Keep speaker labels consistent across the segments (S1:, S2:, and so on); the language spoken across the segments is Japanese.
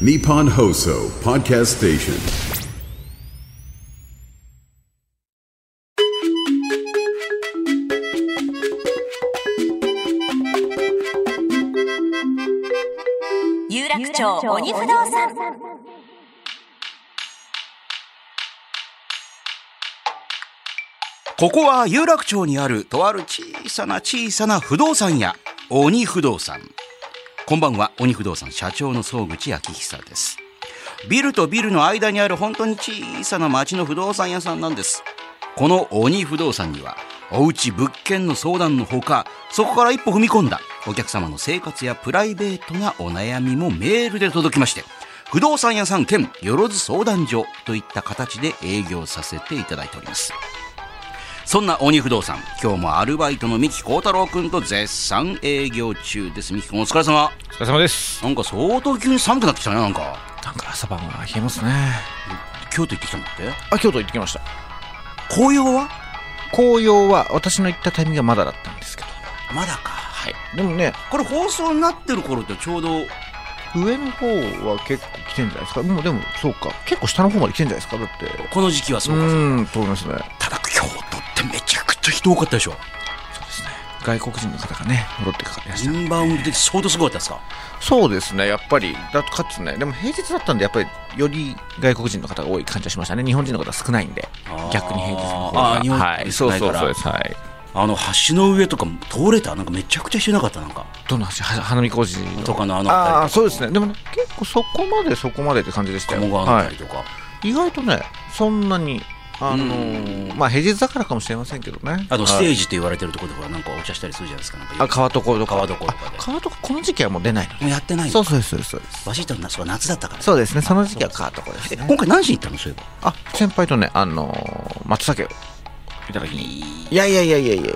S1: Nippon Hoso Podcast Station.
S2: 有楽町鬼不動産
S3: ここは有楽町にあるとある小さな小さな不動産屋、鬼不動産。こんばんは、鬼不動産社長の総口昭久です。ビルとビルの間にある本当に小さな町の不動産屋さんなんです。この鬼不動産には、おうち物件の相談のほか、そこから一歩踏み込んだお客様の生活やプライベートなお悩みもメールで届きまして、不動産屋さん兼よろず相談所といった形で営業させていただいております。そんな鬼不動産、今日もアルバイトの三木幸太郎くんと絶賛営業中です。三木くんお疲れ様。
S4: お疲れ様です。
S3: なんか相当急に寒くなってきたね、なんか。
S4: なんか朝晩は冷えますね。
S3: 京都行ってきたんだって
S4: あ、京都行ってきました。
S3: 紅葉は
S4: 紅葉は私の行ったタイミングがまだだったんですけど。
S3: まだか。
S4: はい。でもね、
S3: これ放送になってる頃ってちょうど、
S4: 上の方は結構来てんじゃないですか。もうでも、そうか。結構下の方まで来てんじゃないですか。だって。
S3: この時期はそううか。
S4: ーん、と思いますね。
S3: ただ京都ってめちゃくちゃ人多かったでしょ。
S4: そうですね。外国人の方がね、戻ってかかりま
S3: イ。ンバウンドで相当すごかったですか。
S4: そうですね、やっぱり。だとかつね、でも平日だったんで、やっぱりより外国人の方が多い感じはしましたね。日本人の方少ないんで
S3: あー。
S4: 逆に平日の方
S3: あ
S4: が。
S3: ー日本人
S4: はい。
S3: 少
S4: そう
S3: ないか
S4: そう
S3: ら
S4: そうです。はい。
S3: あの橋の上とか通れたなんかめちゃくちゃ人いなかったなんか。
S4: どの話は花見工事の
S3: とかのあの
S4: あ
S3: 辺り
S4: あ
S3: と
S4: そうですねでもね結構そこまでそこまでって感じでし
S3: か、
S4: たよ、
S3: 鴨川の
S4: は
S3: 辺
S4: い、
S3: りとか。
S4: 意外とねそんなにあのー
S3: う
S4: まあ平日だからかもしれませんけどね
S3: あとステ
S4: はい
S3: ージって言われてるところとかなんかお茶したりするじゃないですか。なんか
S4: あ川床とか
S3: 川床とかで
S4: あ川床この時期はもう出ないの
S3: もうやってないの
S4: そうそうですそうですそうです
S3: バシッとなそう夏だったから。
S4: そうですねその時期は川床です
S3: え
S4: ね
S3: 今回何しに行ったのそういえば。
S4: あ先輩とねあのー松茸をいただきにいやいやいやいやいやいやいやいや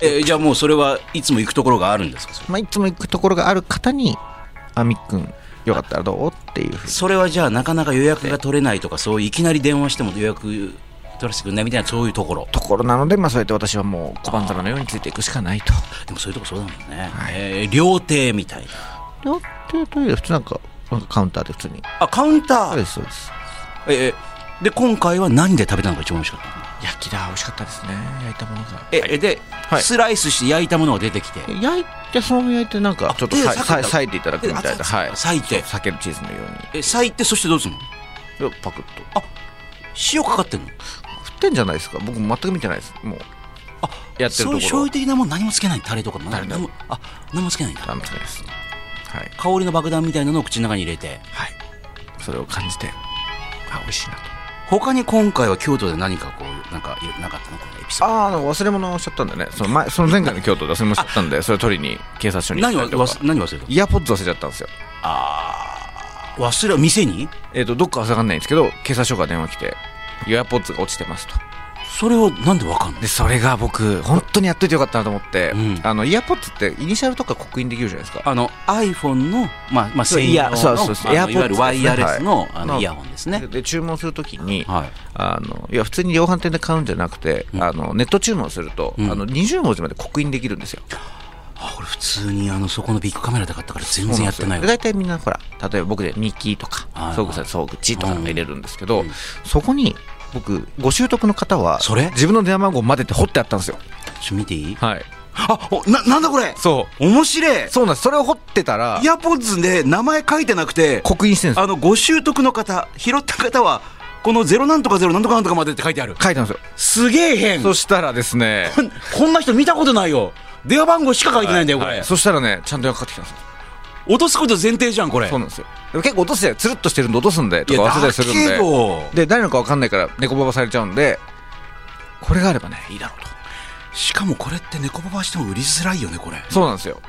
S3: えーじゃあもうそれはいつも行くところがあるんですかそれ
S4: まあいつも行くところがある方にあみっくんよかったらどうっていうふうに
S3: それはじゃあなかなか予約が取れないとかそういういきなり電話しても予約取らせてくれないみたいなそういうところ
S4: ところなのでまあそうやって私はもう小判皿のようについていくしかないと
S3: でもそういうとこそうだもんね、えー料亭みたいな
S4: 両手というよりは普通なんかなんかカウンターで普通に
S3: あカウンタ
S4: そう
S3: ー
S4: ですそうです
S3: ええで今回は何で食べたのが一番美味しかったの
S4: 焼きだ美味しかったですね焼いたものが
S3: え、えで、
S4: はい
S3: スライスして焼いたものが出てきて
S4: 焼いてそのまま焼いてなんかちょっと
S3: 手で
S4: さ
S3: 裂くん
S4: さ
S3: だ
S4: 裂いていただくみたい
S3: で
S4: な
S3: 熱々
S4: はい
S3: 裂いて
S4: そう裂けるチーズのよう
S3: え裂いてそしてどうするの
S4: にでパクッと
S3: あ塩かかってんの
S4: 振ってんじゃないですか僕全く見てないですもう
S3: あ
S4: やって
S3: そ
S4: るとこ
S3: ういう
S4: ろ
S3: 醤油的なもん何もつけないタレとかも
S4: タレ
S3: 何もあ何もつけないんだ
S4: なんつかですはい
S3: 香りの爆弾みたいなのを口の中に入れて
S4: はいそれを感じてあ美味しいなと
S3: 他に今回は京都で何かこうなんかなかったのこのエピソード
S4: ああ忘れ物をしちゃったんだねその前その前回の京都で忘れ物しちゃったんでそれ取りに警察署に行っ
S3: 何
S4: た
S3: を
S4: りとか
S3: 忘何忘れたの
S4: イヤーポッド忘れちゃったんですよ
S3: 忘れ店に
S4: えっ、と、どっかは下がんないんですけど、警察署から電話来て、イヤーポッツが落ちてますと。
S3: それをなんでわかんない
S4: で、それが僕、本当にやっといてよかったなと思って、
S3: うん
S4: あの、イヤーポッツって、イニシャルとか刻印できるじゃないですか。
S3: あの iPhone のまあまあ
S4: そう
S3: 専用の
S4: イヤそうそうそう
S3: あのい
S4: エア
S3: わゆ
S4: ポッド
S3: るワイヤレスの,、
S4: はい
S3: あの
S4: の
S3: イヤホンですね
S4: で、で注文するときに、
S3: はい
S4: あの、いや、普通に量販店で買うんじゃなくて、あの、ネット注文すると、
S3: ん
S4: あの、20文字まで刻印できるんですよ。
S3: あ俺普通にあのそこのビッグカメラで買ったから全
S4: そう
S3: 然
S4: な
S3: やっ
S4: んです
S3: て
S4: よ
S3: ないわ
S4: で大体みんなほら例えば僕で日記とか
S3: はいはい
S4: 総口さん総口とか入れるんですけど、そこに僕ご習得の方は
S3: それ
S4: 自分の電話番号までって掘ってあったんですよ
S3: ちょ見ていい
S4: はい
S3: あおななんだこれ
S4: そう
S3: 面白い
S4: そうなんですそれを掘ってたら
S3: イヤポッズで名前書いてなくて
S4: 刻印してるんです よ
S3: あのご習得の方拾った方はこのゼロなんとかゼロなんとかなんとかまでって書いてある
S4: 書いたんですよ
S3: すげえ変
S4: そしたらですね
S3: こんこんな人見たことないよ電話番号しか書いてないんだよこれ、
S4: はいそしたらねちゃんと電話かかってきたんですよ
S3: 落とすこと前提じゃんこれ
S4: そうなんですよでも結構落としてつるっとしてるんで落とすんでとか忘れたりするん
S3: いやだけど
S4: でで誰のか分かんないから猫ババされちゃうんでこれがあればねいいだろうと
S3: しかもこれって猫ババしても売りづらいよねこれ
S4: そうなんですよ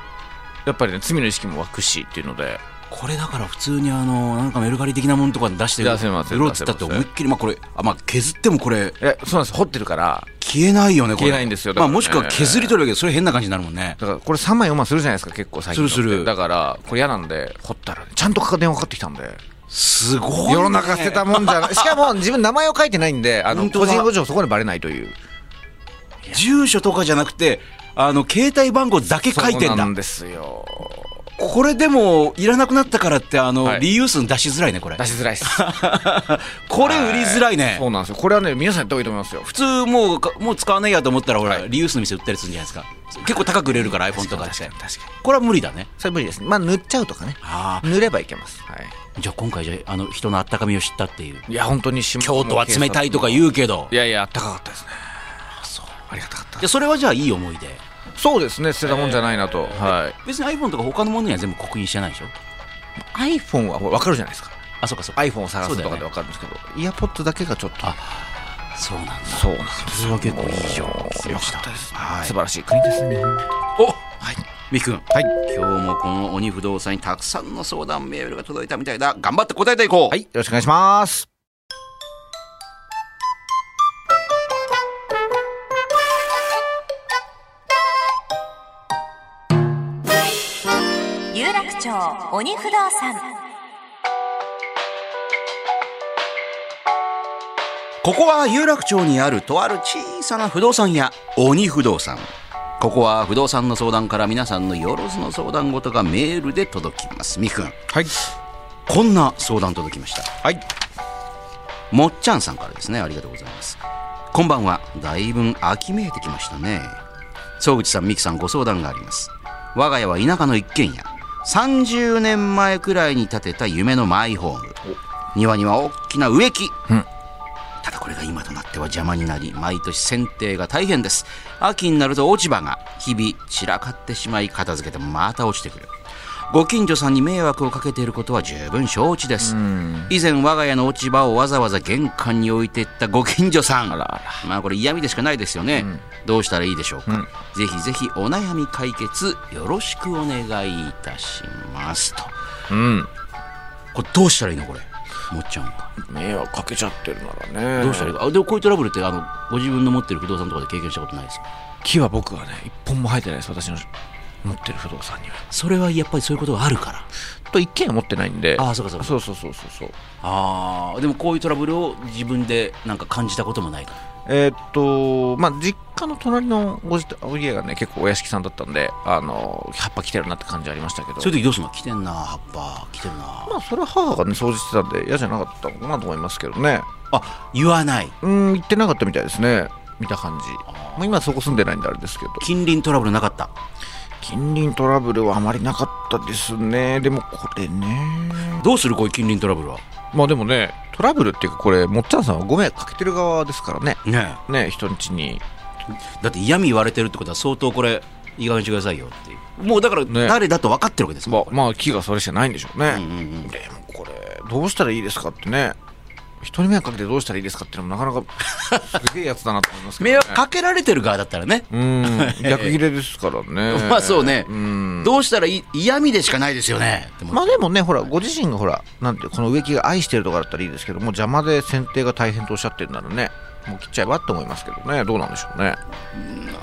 S4: やっぱりね罪の意識も湧くしっていうので
S3: これだから普通にあのなんかメルカリ的なものとかで出して
S4: 出せます
S3: 売ろうっつったって
S4: 出せ
S3: 思
S4: ます
S3: いっきりまあこれあまあ削ってもこれ
S4: えそうなんです掘ってるから
S3: 消えないよねこれ
S4: 消えないんですよだ
S3: ま
S4: か
S3: あ
S4: らね
S3: もしくは削り取るだけどそれ変な感じになるもんね
S4: だからこれ3枚4枚するじゃないですか結構最近のって
S3: するする
S4: だからこれ嫌なんで掘ったらねちゃんとかか電話かかってきたんです
S3: ごい、ね、
S4: 世の中捨てたもんじ ゃない。しかも自分名前を書いてないんで、あの
S3: 本当だ
S4: 個人保証そこでバレないという。
S3: 住所とかじゃなくてあの携帯番号だけ書いて
S4: そ
S3: んだ
S4: うなんですよ。
S3: これでも、いらなくなったからって、あの、
S4: はい
S3: リユース出しづらいね、これ
S4: 出。しづらいです。
S3: これ売りづらいね
S4: そ。うなんですよ。これはね、皆さんやった方がいいと思いますよ。
S3: 普通もうか、もう使わないやと思ったら、ほら、
S4: はい
S3: リユースの店売ったりするんじゃないですか。結構高く売れるから、iPhone とかって。
S4: 確かに確かに
S3: これは無理だね。
S4: それ無理ですね。まあ、塗っちゃうとかね。
S3: あ
S4: 塗ればいけます。はい。
S3: じゃあ今回じゃあ、あの、人の温かみを知ったっていう。
S4: いや、本当に下
S3: 京都は冷たいとか
S4: う。
S3: 言うけど
S4: い。やいや、あったかかったですね。そう。ありがたかった
S3: いや。それはじゃあいい思いで。
S4: そうですね。捨てたもんじゃないなと。はい。
S3: 別に iPhone とか他のものには全部刻印してないでしょ
S4: iPhone はほら分かるじゃないですか。
S3: あ、そうかそうか。
S4: iPhone を探す
S3: そ
S4: と
S3: うだよ
S4: か
S3: ね
S4: で分かるんですけど、イヤポッドだけがちょっと。
S3: そうなんだ。
S4: そうなんです。
S3: それは結構いい情報で
S4: よ
S3: し
S4: か
S3: た
S4: ったです。素晴らしい国ですね。日本
S3: おはい。みくん。
S4: はい。
S3: 今日もこの鬼不動産にたくさんの相談メールが届いたみたいだ。頑張って答えていこう。
S4: はい。よろしくお願いします。
S2: 有楽町鬼不動産
S3: ここは有楽町にあるとある小さな不動産屋、鬼不動産。ここは不動産の相談から皆さんのよろずの相談事がメールで届きます。みくん。
S4: はい。
S3: こんな相談届きました。
S4: はい。
S3: もっちゃんさんからですねありがとうございますこんばんはだいぶん秋めいてきましたね総口さん美樹さんご相談があります我が家は田舎の一軒家30年前くらいに建てた夢のマイホーム庭には大きな植木、
S4: うん
S3: ただこれが今となっては邪魔になり毎年剪定が大変です秋になると落ち葉が日々散らかってしまい片付けてもまた落ちてくるご近所さんに迷惑をかけていることは十分承知です以前我が家の落ち葉をわざわざ玄関に置いていったご近所さん
S4: あらあ
S3: まあこれ嫌味でしかないですよね、どうしたらいいでしょうか、ぜひぜひお悩み解決よろしくお願いいたしますと
S4: ら。うん。
S3: これどうしたらいいのこれもっちゃんは
S4: 迷惑かけちゃってるならね
S3: どうしたらいいかあでもこういうトラブルってあのご自分の持ってる不動産とかで経験したことないですか
S4: 木は僕はね一本も生えてないです私の持ってる不動産には
S3: それはやっぱりそういうことがあるから
S4: と一軒家持ってないんで
S3: ああそうかそうか
S4: そうそうそうそうそう
S3: ああでもこういうトラブルを自分でなんか感じたこともないから
S4: えーっとまあ実家の隣のご自宅家がね結構お屋敷さんだったんであの葉っぱ来てるなって感じありましたけど
S3: そういう時どうすんの来てんな葉っぱ来てるな
S4: まあそれは母がね掃除してたんで嫌じゃなかったのかなと思いますけどね
S3: あ言わない
S4: うん行ってなかったみたいですね見た感じまあ今そこ住んでないんであれですけど
S3: 近隣トラブルなかった
S4: 近隣トラブルはあまりなかったですねでもこれね
S3: どうするこういう近隣トラブルは
S4: まあでもね、トラブルっていうか、これ、もっちゃんさんはご迷惑かけてる側ですからね。
S3: ね
S4: ね、人んちに。
S3: えだって嫌味言われてるってことは相当これいい加減にしてくださいよっていうもうだから誰だと分かってるわけですもん
S4: まあ、まあ、木がそれしかないんでしょうね。
S3: うんうんうん
S4: でもこれ、どうしたらいいですかってね。人に迷惑かけてどうしたらいいですかっていうのもなかな かすげえやつだなと思いますけど、ね。
S3: 迷惑かけられてる側だったらね、
S4: うん、逆切れですから ね。
S3: まあそうね、
S4: うん。
S3: どうしたらいい嫌味でしかないですよねでも
S4: まあでもね、ほら、ご自身がほら、なんて、この植木が愛してるとかだったらいいですけども、邪魔で剪定が大変とおっしゃってるならね、もう切っちゃえばって思いますけどね、どうなんでしょうね。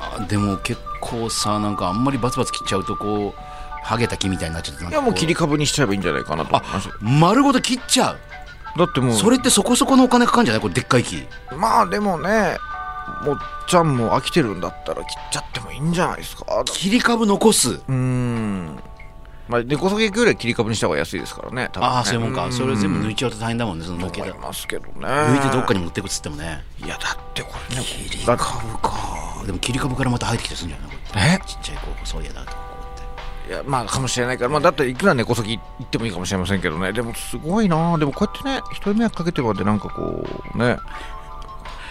S3: あでも結構さなんかあんまりバツバツ切っちゃうとこうハゲた木みたいになっちゃってなん
S4: い
S3: か
S4: や、
S3: こ
S4: もう切り株にしちゃえばいいんじゃないかなと思います。
S3: 丸ごと切っちゃう、
S4: だってもう、
S3: それってそこそこのお金かかるんじゃないこれでっかい木
S4: まあでもねもっちゃんも飽きてるんだったら切っちゃってもいいんじゃないですかう
S3: 切り株残す
S4: ーんまあ根こそぎ行くよりは切り株にした方が安いですからね多分ね
S3: ああそういうもんかそれを全部抜
S4: い
S3: いちゃうと大変だもんねその抜け
S4: 思
S3: た
S4: いますけどね
S3: 抜いてどっか
S4: に
S3: に持ってくっつってもね
S4: いやだってこれね
S3: 切り
S4: だ
S3: 株
S4: って
S3: かでも切り株からまた生えてきたりするんじゃないのこうやってちっちゃいこうそういやだとこうやって
S4: いやまあかもしれないから、まあ、だっていくら根こそぎ行ってもいいかもしれませんけどねでもすごいなでもこうやってね人に迷惑かけてまでなんかこうね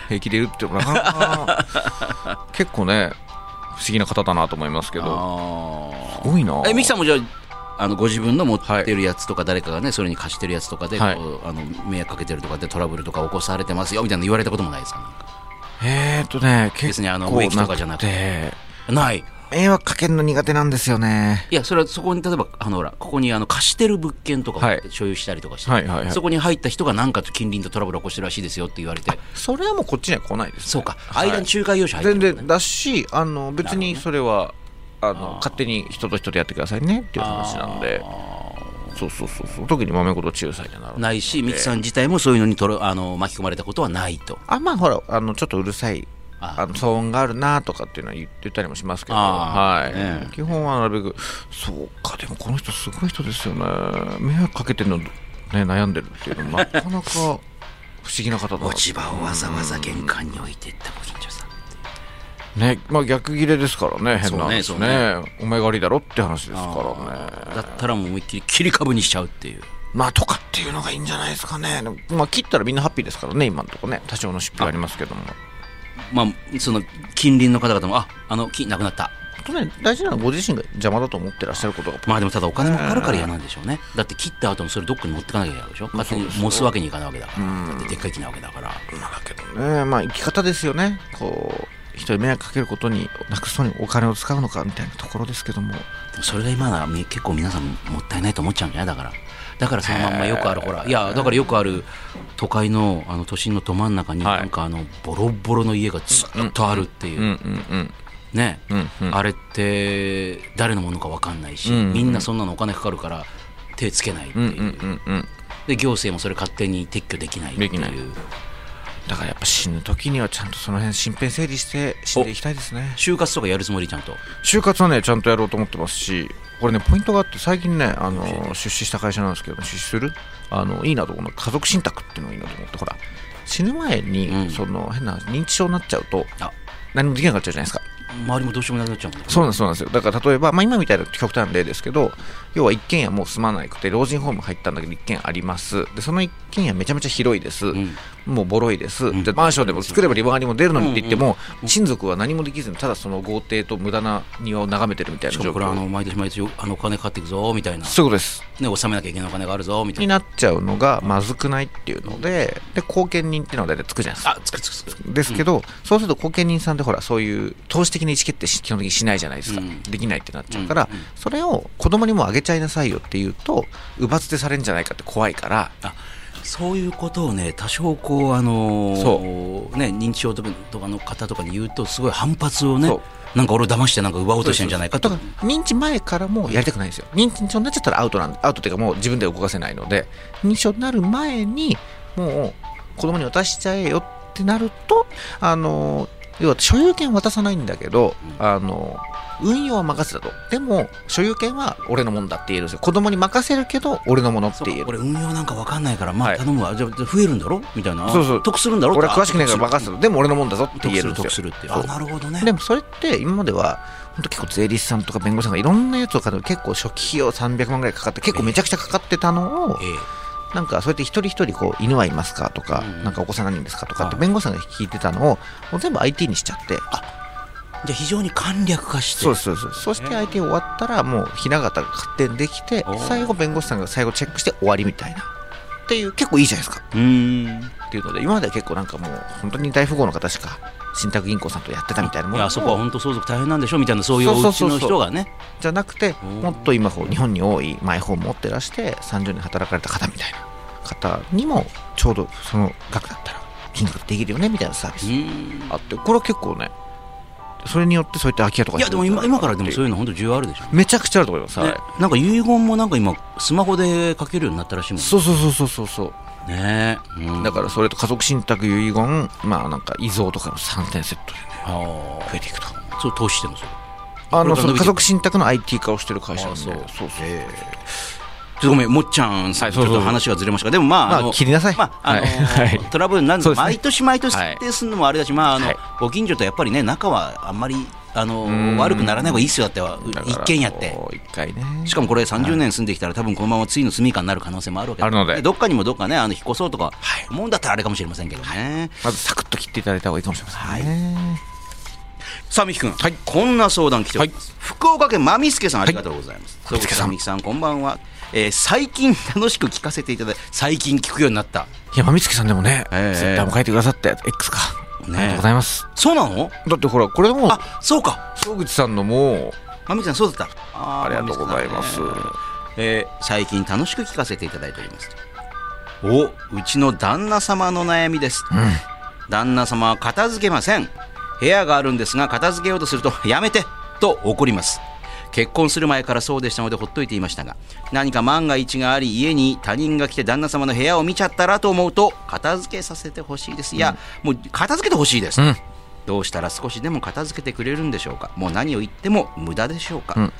S4: 平気でいるっていうのもなか なか結構ね不思議な方だなと思いますけど
S3: あ
S4: すごいな
S3: あえミキさんもじゃああのご自分の持ってるやつとか誰かがねそれに貸してるやつとかでこう
S4: はい
S3: あの迷惑かけてるとかでトラブルとか起こされてますよみたいなの言われたこともないですかなんか
S4: えーとね、結構
S3: 別にあの植木とかじゃなくてない
S4: 迷惑かけるの苦手なんですよね。
S3: いやそれはそこに例えばあのほらここにあの貸してる物件とか
S4: はい
S3: を所有したりとかして、
S4: はいはいはい
S3: そこに入った人がなんかと近隣とトラブルを起こしてるらしいですよって言われて
S4: それはもうこっちには来ないです、ね。
S3: そうか
S4: はい
S3: 間に仲介業者入って
S4: 全
S3: る、
S4: 然だし、あの、別にそれは、あの、勝手に人と人でやってくださいねっていう話なんで。そうそうそうそう。特に豆こと仲裁にはならない。
S3: ないし、ミキさん自体もそういうのにとろあの巻き込まれたことはないと。
S4: あ、まあほら、あの、ちょっとうるさい
S3: あ
S4: あの騒音があるなとかっていうのは言言ったりもしますけど、
S3: あ
S4: はい
S3: ね
S4: 基本はなるべく、そうか、でもこの人、すごい人ですよね、迷惑かけてるの、ね、悩んでるっていうのも、なかなか不思議な方だな
S3: 落ち葉をわざわざ玄関に置いていったご近所さん
S4: ねまあ、逆切れですからね、変な話ね
S3: そうね
S4: お前が悪いだろって話ですからね。
S3: だったらもう思いっきり切り株にしちゃうっていう
S4: まあとかっていうのがいいんじゃないですかね、でもまあ、切ったらみんなハッピーですからね、今のところね、多少の出費はありますけども。
S3: まあその近隣の方々もああの木なくなった
S4: 本当ね、大事なのはご自身が邪魔だと思ってらっしゃることが
S3: まあでもただお金もかかるから嫌なんでしょうねだって切った後もそれどっかに持ってかなきゃいけないでしょ勝手に燃すわけにいかないわけだからだってでっかい木なわけだから
S4: まあだけどね、まあ、生き方ですよね、こう人に迷惑かけることに、なくそうにお金を使うのかみたいなところですけども、
S3: でもそれが今ならみ結構皆さんもったいないと思っちゃうんじゃないだからだからそのまんまよくあるほらいやだからよくある都会のあの都心のど真ん中に
S4: はい
S3: なんかあのボロボロの家がずっとあるっていう、
S4: うんうん、
S3: ね、
S4: ん
S3: あれって誰のものか分かんないし、みんなそんなのお金かかるから手つけないっていう、
S4: うんうん、
S3: で行政もそれ勝手に撤去できないってい
S4: できないうだからやっぱ死ぬ時にはちゃんとその辺身辺整理して死んでいきたいですね。
S3: 就活とかやるつもりちゃんと
S4: 就活はねちゃんとやろうと思ってますしこれねポイントがあって最近ねあの出資した会社なんですけど出資するあのいいなと思うの家族信託っていうのがいいなと思ってほら死ぬ前に、
S3: うん
S4: その変な認知症になっちゃうと
S3: あ
S4: 何もできなくなっちゃうじゃないですか
S3: 周りもどうしようもなくなっちゃうんだから
S4: そうなんですそうなんですよだから例えば、まあ、今みたいな極端な例ですけど要は一軒家もう住まなくて老人ホーム入ったんだけど一軒家ありますでその一軒家めちゃめちゃ広いです、
S3: ん
S4: もうボロいです、でマンションでも作ればリバーにも出るのにって言っても、親族は何もできずにただその豪邸と無駄な庭を眺めてるみたい
S3: し
S4: な
S3: か
S4: 状
S3: もこれあ
S4: 況
S3: の毎年毎年あのお金かかっていくぞみたいな、ね、
S4: そういうことです
S3: 納めなきゃいけないお金があるぞみたい
S4: に
S3: な
S4: なっちゃうのがまずくないっていうのでで後見人っていうのは大体つくじゃないですか
S3: あつくつくつく
S4: ですけど、そうすると後見人さんってほらそういう投資的な意思決定し基本的にしないじゃないですか、
S3: うん
S4: できないってなっちゃうから、それを子供にもあげちゃいなさいよって言うと奪捨てされるんじゃないかって怖いから
S3: あそういうことをね多少こうあのーね認知症とかの方とかに言うとすごい反発をね
S4: そう
S3: なんか俺を騙してなんか奪おうとしてんじゃないか
S4: だ
S3: と
S4: から認知前からもやりたくないんですよ認知症になっちゃったらアウトなんアウトっていうかもう自分では動かせないので認知症になる前にもう子供に渡しちゃえよってなるとあの要は所有権渡さないんだけど、あの運用は任せだとでも所有権は俺のもんだって言えるんですよ子供に任せるけど俺のものって言える
S3: 俺運用なんかわかんないからまあ
S4: はい
S3: 頼むわ、じゃあ増えるんだろみたいな
S4: そうそう
S3: 得するんだろ
S4: 俺は詳しくないから任せ
S3: る
S4: るでも俺のもんだぞって
S3: 得
S4: 言え
S3: す
S4: る
S3: る
S4: んですよ
S3: 得するって
S4: そ
S3: あ
S4: う
S3: なるほどね
S4: でもそれって今までは本当結構税理士さんとか弁護士さんがいろんなやつを買って結構初期費用300万ぐらいかかって結構めちゃくちゃかかってたのを
S3: ええ
S4: なんかそうやって一人一人こう犬はいますかとか
S3: うん
S4: なんかお子さん何人ですかとかって
S3: はい
S4: 弁護士さんが聞いてたのをもう全部 IT にしちゃって
S3: じゃあ非常に簡略化して
S4: そうですそうですそして IT 終わったらもう雛形が勝手にできて
S3: おー
S4: 最後弁護士さんが最後チェックして終わりみたいなっていう結構いいじゃないですか
S3: うーん
S4: っていうので今までは結構なんかもう本当に大富豪の方しか信託銀行さんとやってたみたいなも
S3: い
S4: の
S3: や
S4: を
S3: そこは本当相続大変なんでしょみたいなそういうお
S4: そう
S3: 家
S4: そうそ
S3: の
S4: うそう
S3: 人がね
S4: じゃなくて
S3: うん
S4: もっと今こう日本に多いマイホーム持ってらして30年働かれた方みたいな方にもちょうどその額だったら金額できるよねみたいなサービ
S3: う
S4: ス
S3: ーん
S4: あってこれは結構ねそれによってそういった空き家とか
S3: いやでも今今からでもそう
S4: いう
S3: いうの本当需要あるでしょ
S4: めちゃくちゃあると思います、はい
S3: ね、なんか遺言もなんか今スマホで書けるようになったらしいもん
S4: そうそうそうそうそうそう
S3: ねえ、うん
S4: だからそれと家族信託遺言まあなんか遺贈とかの3点セットでね
S3: あー
S4: 増えていくと
S3: そう投資してもそう
S4: あ
S3: これから
S4: のそ
S3: 伸
S4: の
S3: びていく
S4: 家族信託の IT 化をしてる会社なんで
S3: あそう
S4: そうそう
S3: ちょっとごめん、もっちゃんさん、
S4: そうそう
S3: ちょっと話がずれましたが、でもまあ、
S4: まあ
S3: の
S4: 切りなさい
S3: まあ、あの
S4: はいはい
S3: トラブルになるの、
S4: そうですね
S3: 毎年毎年
S4: はい
S3: 設定するのもあれだし、まあ、あの、
S4: はい
S3: ご近所とやっぱりね、仲はあんまり、あの、
S4: ん
S3: 悪くならない方がいいっすよだっては、
S4: だから
S3: 一軒やって。
S4: こう一回ね
S3: しかもこれ30年住んできたら、多分このまま次の住みかになる可能性もあるわけだ
S4: あるので
S3: どっかにもどっかね、あの引っ越そうとか、思うんだったらあれかもしれませんけどね。
S4: まずサクッと切っていただいた方がいいかもしれませんね、
S3: さあ、みきくん、こんな相談来ております。福岡県まみすけさん、ありがとうございます。そ
S4: はい
S3: うですかみきさん、こんばんは。えー最近楽しく聞かせていただいて、最近聞くようになった。
S4: いや、まみつきさんでもね、
S3: ええ
S4: ツイッターも書いてくださって、X か。
S3: ねえ
S4: ありがとうございます。
S3: そうなの
S4: だってほら、これも、
S3: あそうか、
S4: 総口さんのも、
S3: まみきさん、そうだった。あ
S4: ありがとうございます。
S3: えー最近楽しく聞かせていただいております。お、うちの旦那様の悩みです。旦那様は片付けません。部屋があるんですが、片付けようとすると、やめてと怒ります。結婚する前からそうでしたのでほっといていましたが何か万が一があり家に他人が来て旦那様の部屋を見ちゃったらと思うと片付けさせてほしいですいや、もう片付けてほしいです、どうしたら少しでも片付けてくれるんでしょうかもう何を言っても無駄でしょうか、
S4: うん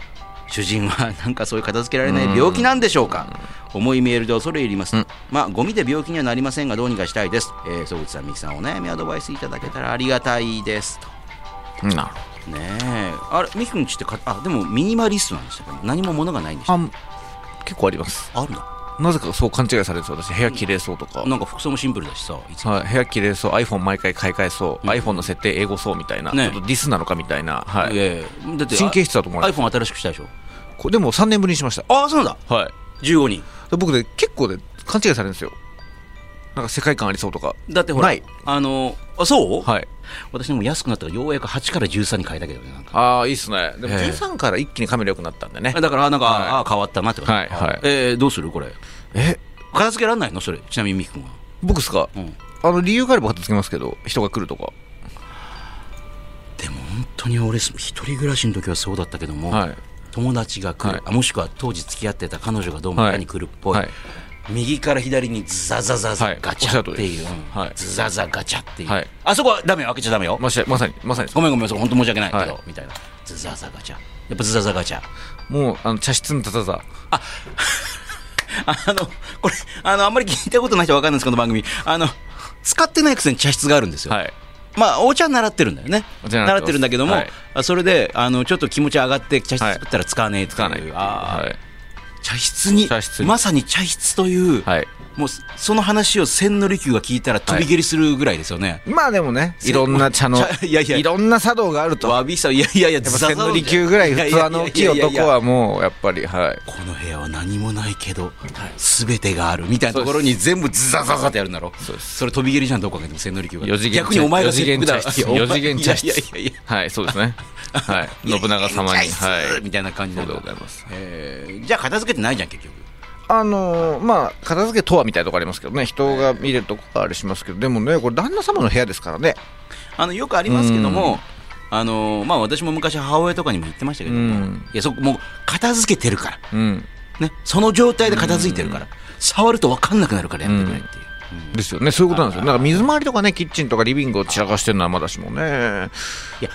S3: 主人はなんかそういう片付けられない病気なんでしょうか、重いメールで恐れ入ります、
S4: うん
S3: まあゴミで病気にはなりませんがどうにかしたいです、えー、曽口さん三木さんお悩みアドバイスいただけたらありがたいですと
S4: なるほ
S3: ねえあれ三木君ちってかあでもミニマリストなんでしたか何も物がないんでし
S4: ど
S3: た
S4: あ結構あります
S3: あるの
S4: なぜかそう勘違いされてそうだし部屋綺麗そうとか、
S3: なんか服装もシンプルだしさいつも
S4: はい、部屋綺麗そう iPhone 毎回買い替えそう、iPhone の設定英語そうみたいな、
S3: ね
S4: ちょっとディスなのかみたいな、はい
S3: いやいやだって
S4: 神経質だと思われる
S3: iPhone 新しくしたでしょ
S4: これでも3年ぶりにしました
S3: ああそうなんだ
S4: はい
S3: 15人
S4: で僕で結構で勘違いされるんですよなんか世界観ありそうとか
S3: だってほら
S4: ない
S3: あのあそう、
S4: はい
S3: 私でも安くなったからようやく8から13に変えたけどねなんか
S4: ああいいっすねでも
S3: ええ
S4: 13から一気にカメラ良くなったんでね
S3: だからなんか、
S4: はい
S3: ああ変わったなって感じ、
S4: はいはい
S3: えーどうするこれ
S4: え
S3: 片付けられないのそれちなみにみきくんは
S4: 僕っすか、
S3: うん
S4: あの理由があれば片付けますけど人が来るとか
S3: でも本当に俺一人暮らしの時はそうだったけども、
S4: はい
S3: 友達が来る、
S4: はい
S3: あもしくは当時付き合ってた彼女がどうも
S4: はい
S3: 他に来るっぽい、
S4: はい
S3: 右から左にザザザザ
S4: はい
S3: ガチャっていう、
S4: おっしゃる通りです
S3: うん
S4: はい
S3: ズザザガチャっていう、
S4: はい
S3: あそこはダメよ開けちゃダメよ、
S4: ましまさにまさに
S3: ごめんごめんそこ本当申し訳ないけど、
S4: はい
S3: みたいなズザザガチャやっぱズザザガチャ
S4: もうあの茶室のたたた
S3: あの、これ、あの、あんまり聞いたことない人わかんないんですけど、この番組。あの、使ってないくせに茶室があるんですよ。
S4: はい
S3: まあ、お茶習ってるんだよね。
S4: お茶
S3: 習
S4: 習ってます
S3: ってるんだけども、
S4: はい
S3: あそれで、あの、ちょっと気持ち上がって、茶室作ったら使わねえって
S4: 使わないって
S3: い。
S4: いうう
S3: あー
S4: はい
S3: 茶室に
S4: 茶室に
S3: まさに茶室という、
S4: はい
S3: もう、その話を千利休が聞いたら飛び蹴りするぐらいですよね。
S4: まあでもねいろんな茶の
S3: 茶いやいや
S4: ろんな茶道があると
S3: わびさ、いやいやいや、
S4: やっぱ
S3: ザザ
S4: 千
S3: ザ
S4: 利休ぐらい
S3: や
S4: 普
S3: や
S4: 通あの大きい男はもうやっぱりはい
S3: この部屋は何もないけど、すべてがあるみたいなところに全部ズザザザってやるんだろ。
S4: そうです
S3: それ飛び蹴りじゃん、どう考えても千利休が。
S4: 四次元
S3: 逆にお前が切腹だろ。
S4: 四次
S3: い
S4: 元茶室
S3: やお前
S4: 四次元茶室
S3: いやいやいやいや。
S4: はいそうですね はい信長様に
S3: 四次元茶
S4: は
S3: 室
S4: い
S3: みたいな感じなんだ
S4: そうでございます
S3: えーじゃあ片付けてないじゃん、結局。
S4: あのーまあ片付けとはみたいなとこありますけどね人が見れるとこがあれしますけどでもねこれ旦那様の部屋ですからね
S3: あの、よくありますけども、あのまあ、私も昔母親とかにも言ってましたけど
S4: う
S3: も
S4: ん、
S3: いや、そこもう片付けてるから。
S4: うん
S3: ね。その状態で片付いてるから。触ると分かんなくなるからやってくれっていう。
S4: ですよねそういうことなんですよなんか水回りとかねキッチンとかリビングを散らかしてるのはまだしも
S3: い
S4: ね
S3: や、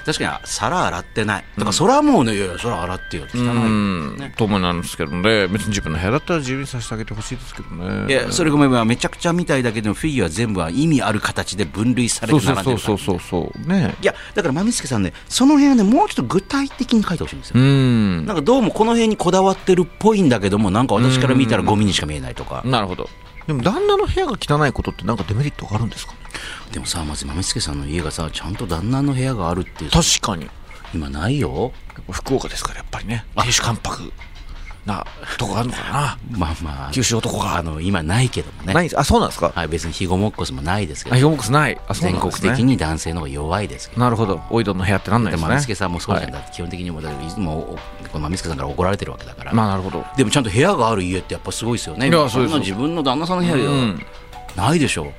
S3: 確かに皿洗ってない。とか、それはもうね、いやいや、それは洗ってよ。汚いよ。
S4: うんともなんですけどね別に自分の部屋だったら自由にさせてあげてほしいですけどね
S3: いやそれごめんめちゃくちゃみたいだけどフィギュア全部は意味ある形で分類され
S4: そう
S3: て並んでる
S4: そ
S3: から
S4: うそうそうそうね
S3: いやだからまスケさんねその辺はねもうちょっと具体的に書いてほしいんです
S4: う
S3: よ、
S4: ん
S3: なんかどうもこの辺にこだわってるっぽいんだけどもなんか私から見たらゴミにしか見えないとか、
S4: なるほどでも旦那の部屋が汚いことってなんかデメリットがあるんですか
S3: でもさまずまスケさんの家がさちゃんと旦那の部屋があるっていう
S4: 確かにや
S3: 今ないよ
S4: っぱ福岡ですからやっぱりね亭主関白なとこがあるのか
S3: まあまあ
S4: 九州男が
S3: あの今ないけども
S4: な
S3: ね
S4: ないんですあそうなんですか
S3: はい、別に肥後もっこすもないですけど
S4: あヒョモックスないあそう
S3: 全
S4: なんで
S3: 国
S4: す
S3: 的
S4: ね
S3: に男性の方が弱いですけど
S4: なるほどおいどんの部屋ってなんない
S3: で
S4: です
S3: も
S4: ね
S3: まみすけさんもそうじゃん
S4: は
S3: だって基本的にもだけどいつもおこのまみすけさんから怒られてるわけだから、
S4: いまあなるほど
S3: でもちゃんと部屋がある家ってやっぱすごいですよね
S4: いや
S3: そん
S4: そ
S3: な
S4: うです
S3: 自分の旦那さんの部屋よ、
S4: うん
S3: ないでしょ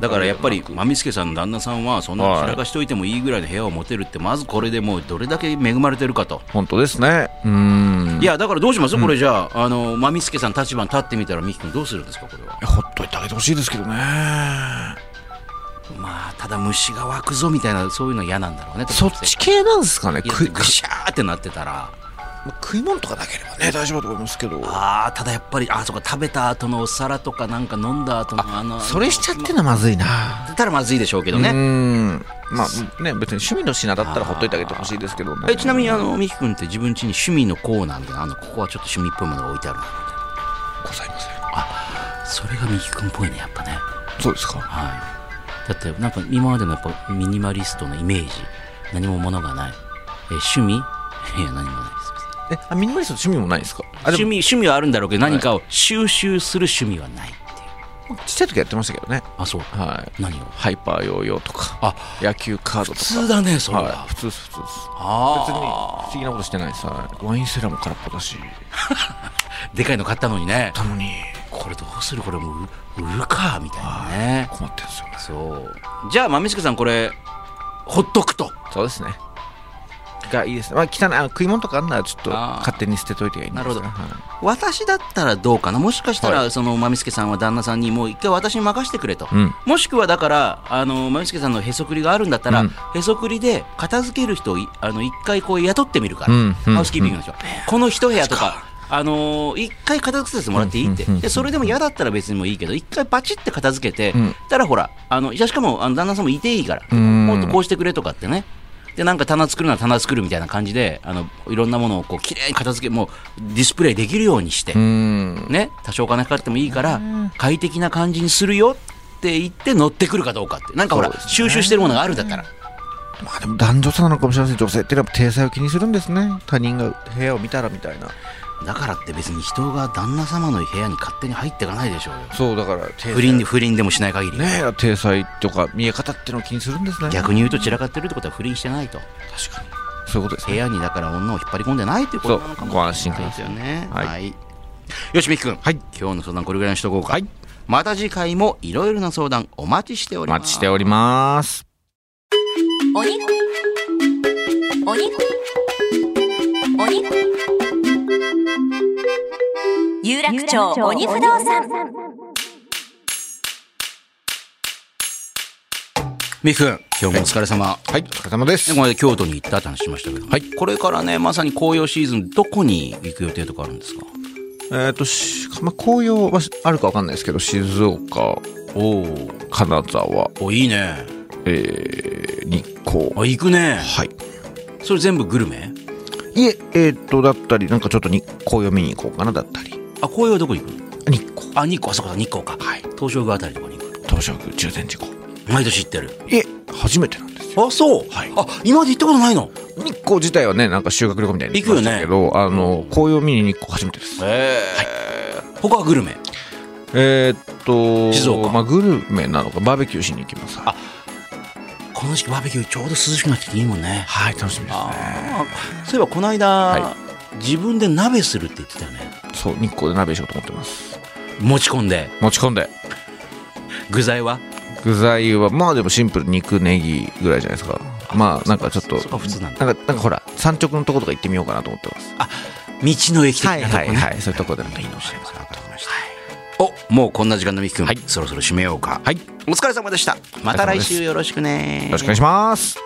S3: だからやっぱりまみすけさんの旦那さんはそんな
S4: はい
S3: 散らかしといてもいいぐらいの部屋を持てるってまずこれでもうどれだけ恵まれてるかと、
S4: 本当ですねうん
S3: いやだからどうしますこれじゃああのまみすけさん立場に立ってみたらみきくんどうするんですかこれは
S4: ほっといてあげてほしいですけどね
S3: まあただ虫が湧くぞみたいなそういうの嫌なんだろうね
S4: そっち系なんですかね
S3: いや
S4: 食い
S3: ぐしゃーってなってたら
S4: 食い物とかなければね大丈夫だと思いますけど
S3: ああただやっぱりあそうか食べた後のお皿とかなんか飲んだ後のあの
S4: それしちゃってのはまずいな
S3: たらまずいでしょうけどね、
S4: うんまあね別に趣味の品だったらほっといてあげてほしいですけどね
S3: えちなみにあのミキ君って自分家に趣味のコーナーみたいなのあのここはちょっと趣味っぽいものが置いてあるな
S4: ございません
S3: それがミキ君っぽいねやっぱね
S4: そうですか
S3: はいだってなんか今までのやっぱミニマリストのイメージ何も物がないえ趣味い や何もないです
S4: えあミニマリスト趣味もないですかあで
S3: 趣味
S4: も
S3: 趣味はあるんだろうけど何かを収集する趣味はないっていう
S4: ちっちゃい時やってましたけどね
S3: あそう
S4: はい
S3: 何を
S4: ハイパーヨーヨーとか
S3: あ
S4: 野球カードとか
S3: 普通だねそれは、
S4: はい普通です普通です別に
S3: あ
S4: 不思議なことしてないですはいワインセラーも空っぽだし
S3: あでかいの買ったのにね
S4: たのに
S3: これどうするこれもう売売るかみたいなね
S4: 困ってるんですよね
S3: そうじゃあまみしくさんこれほっとくと
S4: そうですねがいいですね、まあ、汚いあの食い物とかあんならちょっと
S3: あー
S4: 勝手に捨てといてがいいんですが
S3: なる
S4: はい
S3: 私だったらどうかなもしかしたら、そのまみすけさんは旦那さんにもう一回私に任せてくれと、
S4: うん
S3: もしくはだからあのまみすけさんのへそくりがあるんだったら、
S4: うん
S3: へそくりで片付ける人をいあの一回こう雇ってみるから、
S4: うんうん
S3: ハウスキーピングの人、この一部屋とかあのー一回片付けさせてもらっていいって、
S4: うんうんうん
S3: でそれでも嫌だったら別にもいいけど一回バチって片付けて、
S4: うん
S3: たらほらあのしかもあの旦那さんもいていいから、
S4: ん
S3: もっとこうしてくれとかってねでなんか棚作るなら棚作るみたいな感じであのいろんなものをこう綺麗に片付けもうディスプレイできるようにして、
S4: うん
S3: ね、多少お金かかってもいいから快適な感じにするよって言って乗ってくるかどうかってなんかほら、
S4: そうですね
S3: 収集してるものがあるんだったら
S4: まあでも男女差なのかもしれません女性っていうのは体裁を気にするんですね他人が部屋を見たらみたいな
S3: だからって別に人が旦那様の部屋に勝手に入っていかないでしょうよ
S4: そうだから体
S3: 不倫で不倫でもしない限り、
S4: ねえ体裁とか見え方っていうのを気にするんですね
S3: 逆に言うと散らかってるってことは不倫してないと
S4: 確かにそういうことです
S3: 部
S4: ね
S3: 屋にだから女を引っ張り込んでないということなのかも
S4: そうご安心く
S3: で
S4: だ
S3: す
S4: さ
S3: よ
S4: い
S3: ねは、
S4: はいい
S3: よしみきくん、今日の相談これぐらいにしとこうか、また次回もいろいろな相談お待ちしてお
S4: お
S3: ります
S4: 待ちしております
S2: お肉お肉お肉有楽町鬼不動産
S3: みきくん今日もお疲れ様、
S4: はいお疲れ様です
S3: でこの間京都に行ったって話しましたけども、これからねまさに紅葉シーズンどこに行く予定とかあるんですか
S4: えっ、とし、まあ、紅葉はあるかわかんないですけど静岡
S3: お
S4: 金沢、
S3: おいいね
S4: えー、日光
S3: あ行くね
S4: はい
S3: それ全部グルメ
S4: いええっ、とだったりなんかちょっとに紅葉見に行こうかなだったり
S3: あ紅葉はどこ行くの
S4: 日光
S3: あ日光あそこだ日光か、東照宮あたりとかに行く
S4: 東照宮中禅寺湖
S3: 毎年行ってる
S4: いえ初めてなんですよ
S3: あそう、あ今まで行ったことないの
S4: 日光自体はねなんか修学旅行みたいに行きましたけど、あの紅葉見に日光初めてです
S3: ええ他はグルメ
S4: えーっと
S3: 静岡
S4: まあ、グルメなのかバーベキューしに行きます
S3: あこの時期バーベキューちょうど涼しくなってきていいもんね
S4: はい楽しみです
S3: ああそういえばこの間、
S4: い
S3: 自分で鍋するって言ってたよね
S4: そう日光で鍋しようと思ってます
S3: 持ち込んで
S4: 持ち込んで
S3: 具材は
S4: 具材はまあでもシンプル肉ネギぐらいじゃないですかまあなんかちょっと
S3: そうか普通なんだ
S4: んかなんかほら山直のとことか行ってみようかなと思ってます
S3: 道の駅的
S4: はい
S3: なとこ
S4: は
S3: ね、
S4: いはいそういうとこでなんかいいのしれません
S3: わかりましたおもうこんな時間のみきくん、そろそろ締めようか
S4: はいよ
S3: お疲れ様でしたまた来週よろしくね
S4: ろしくお願いします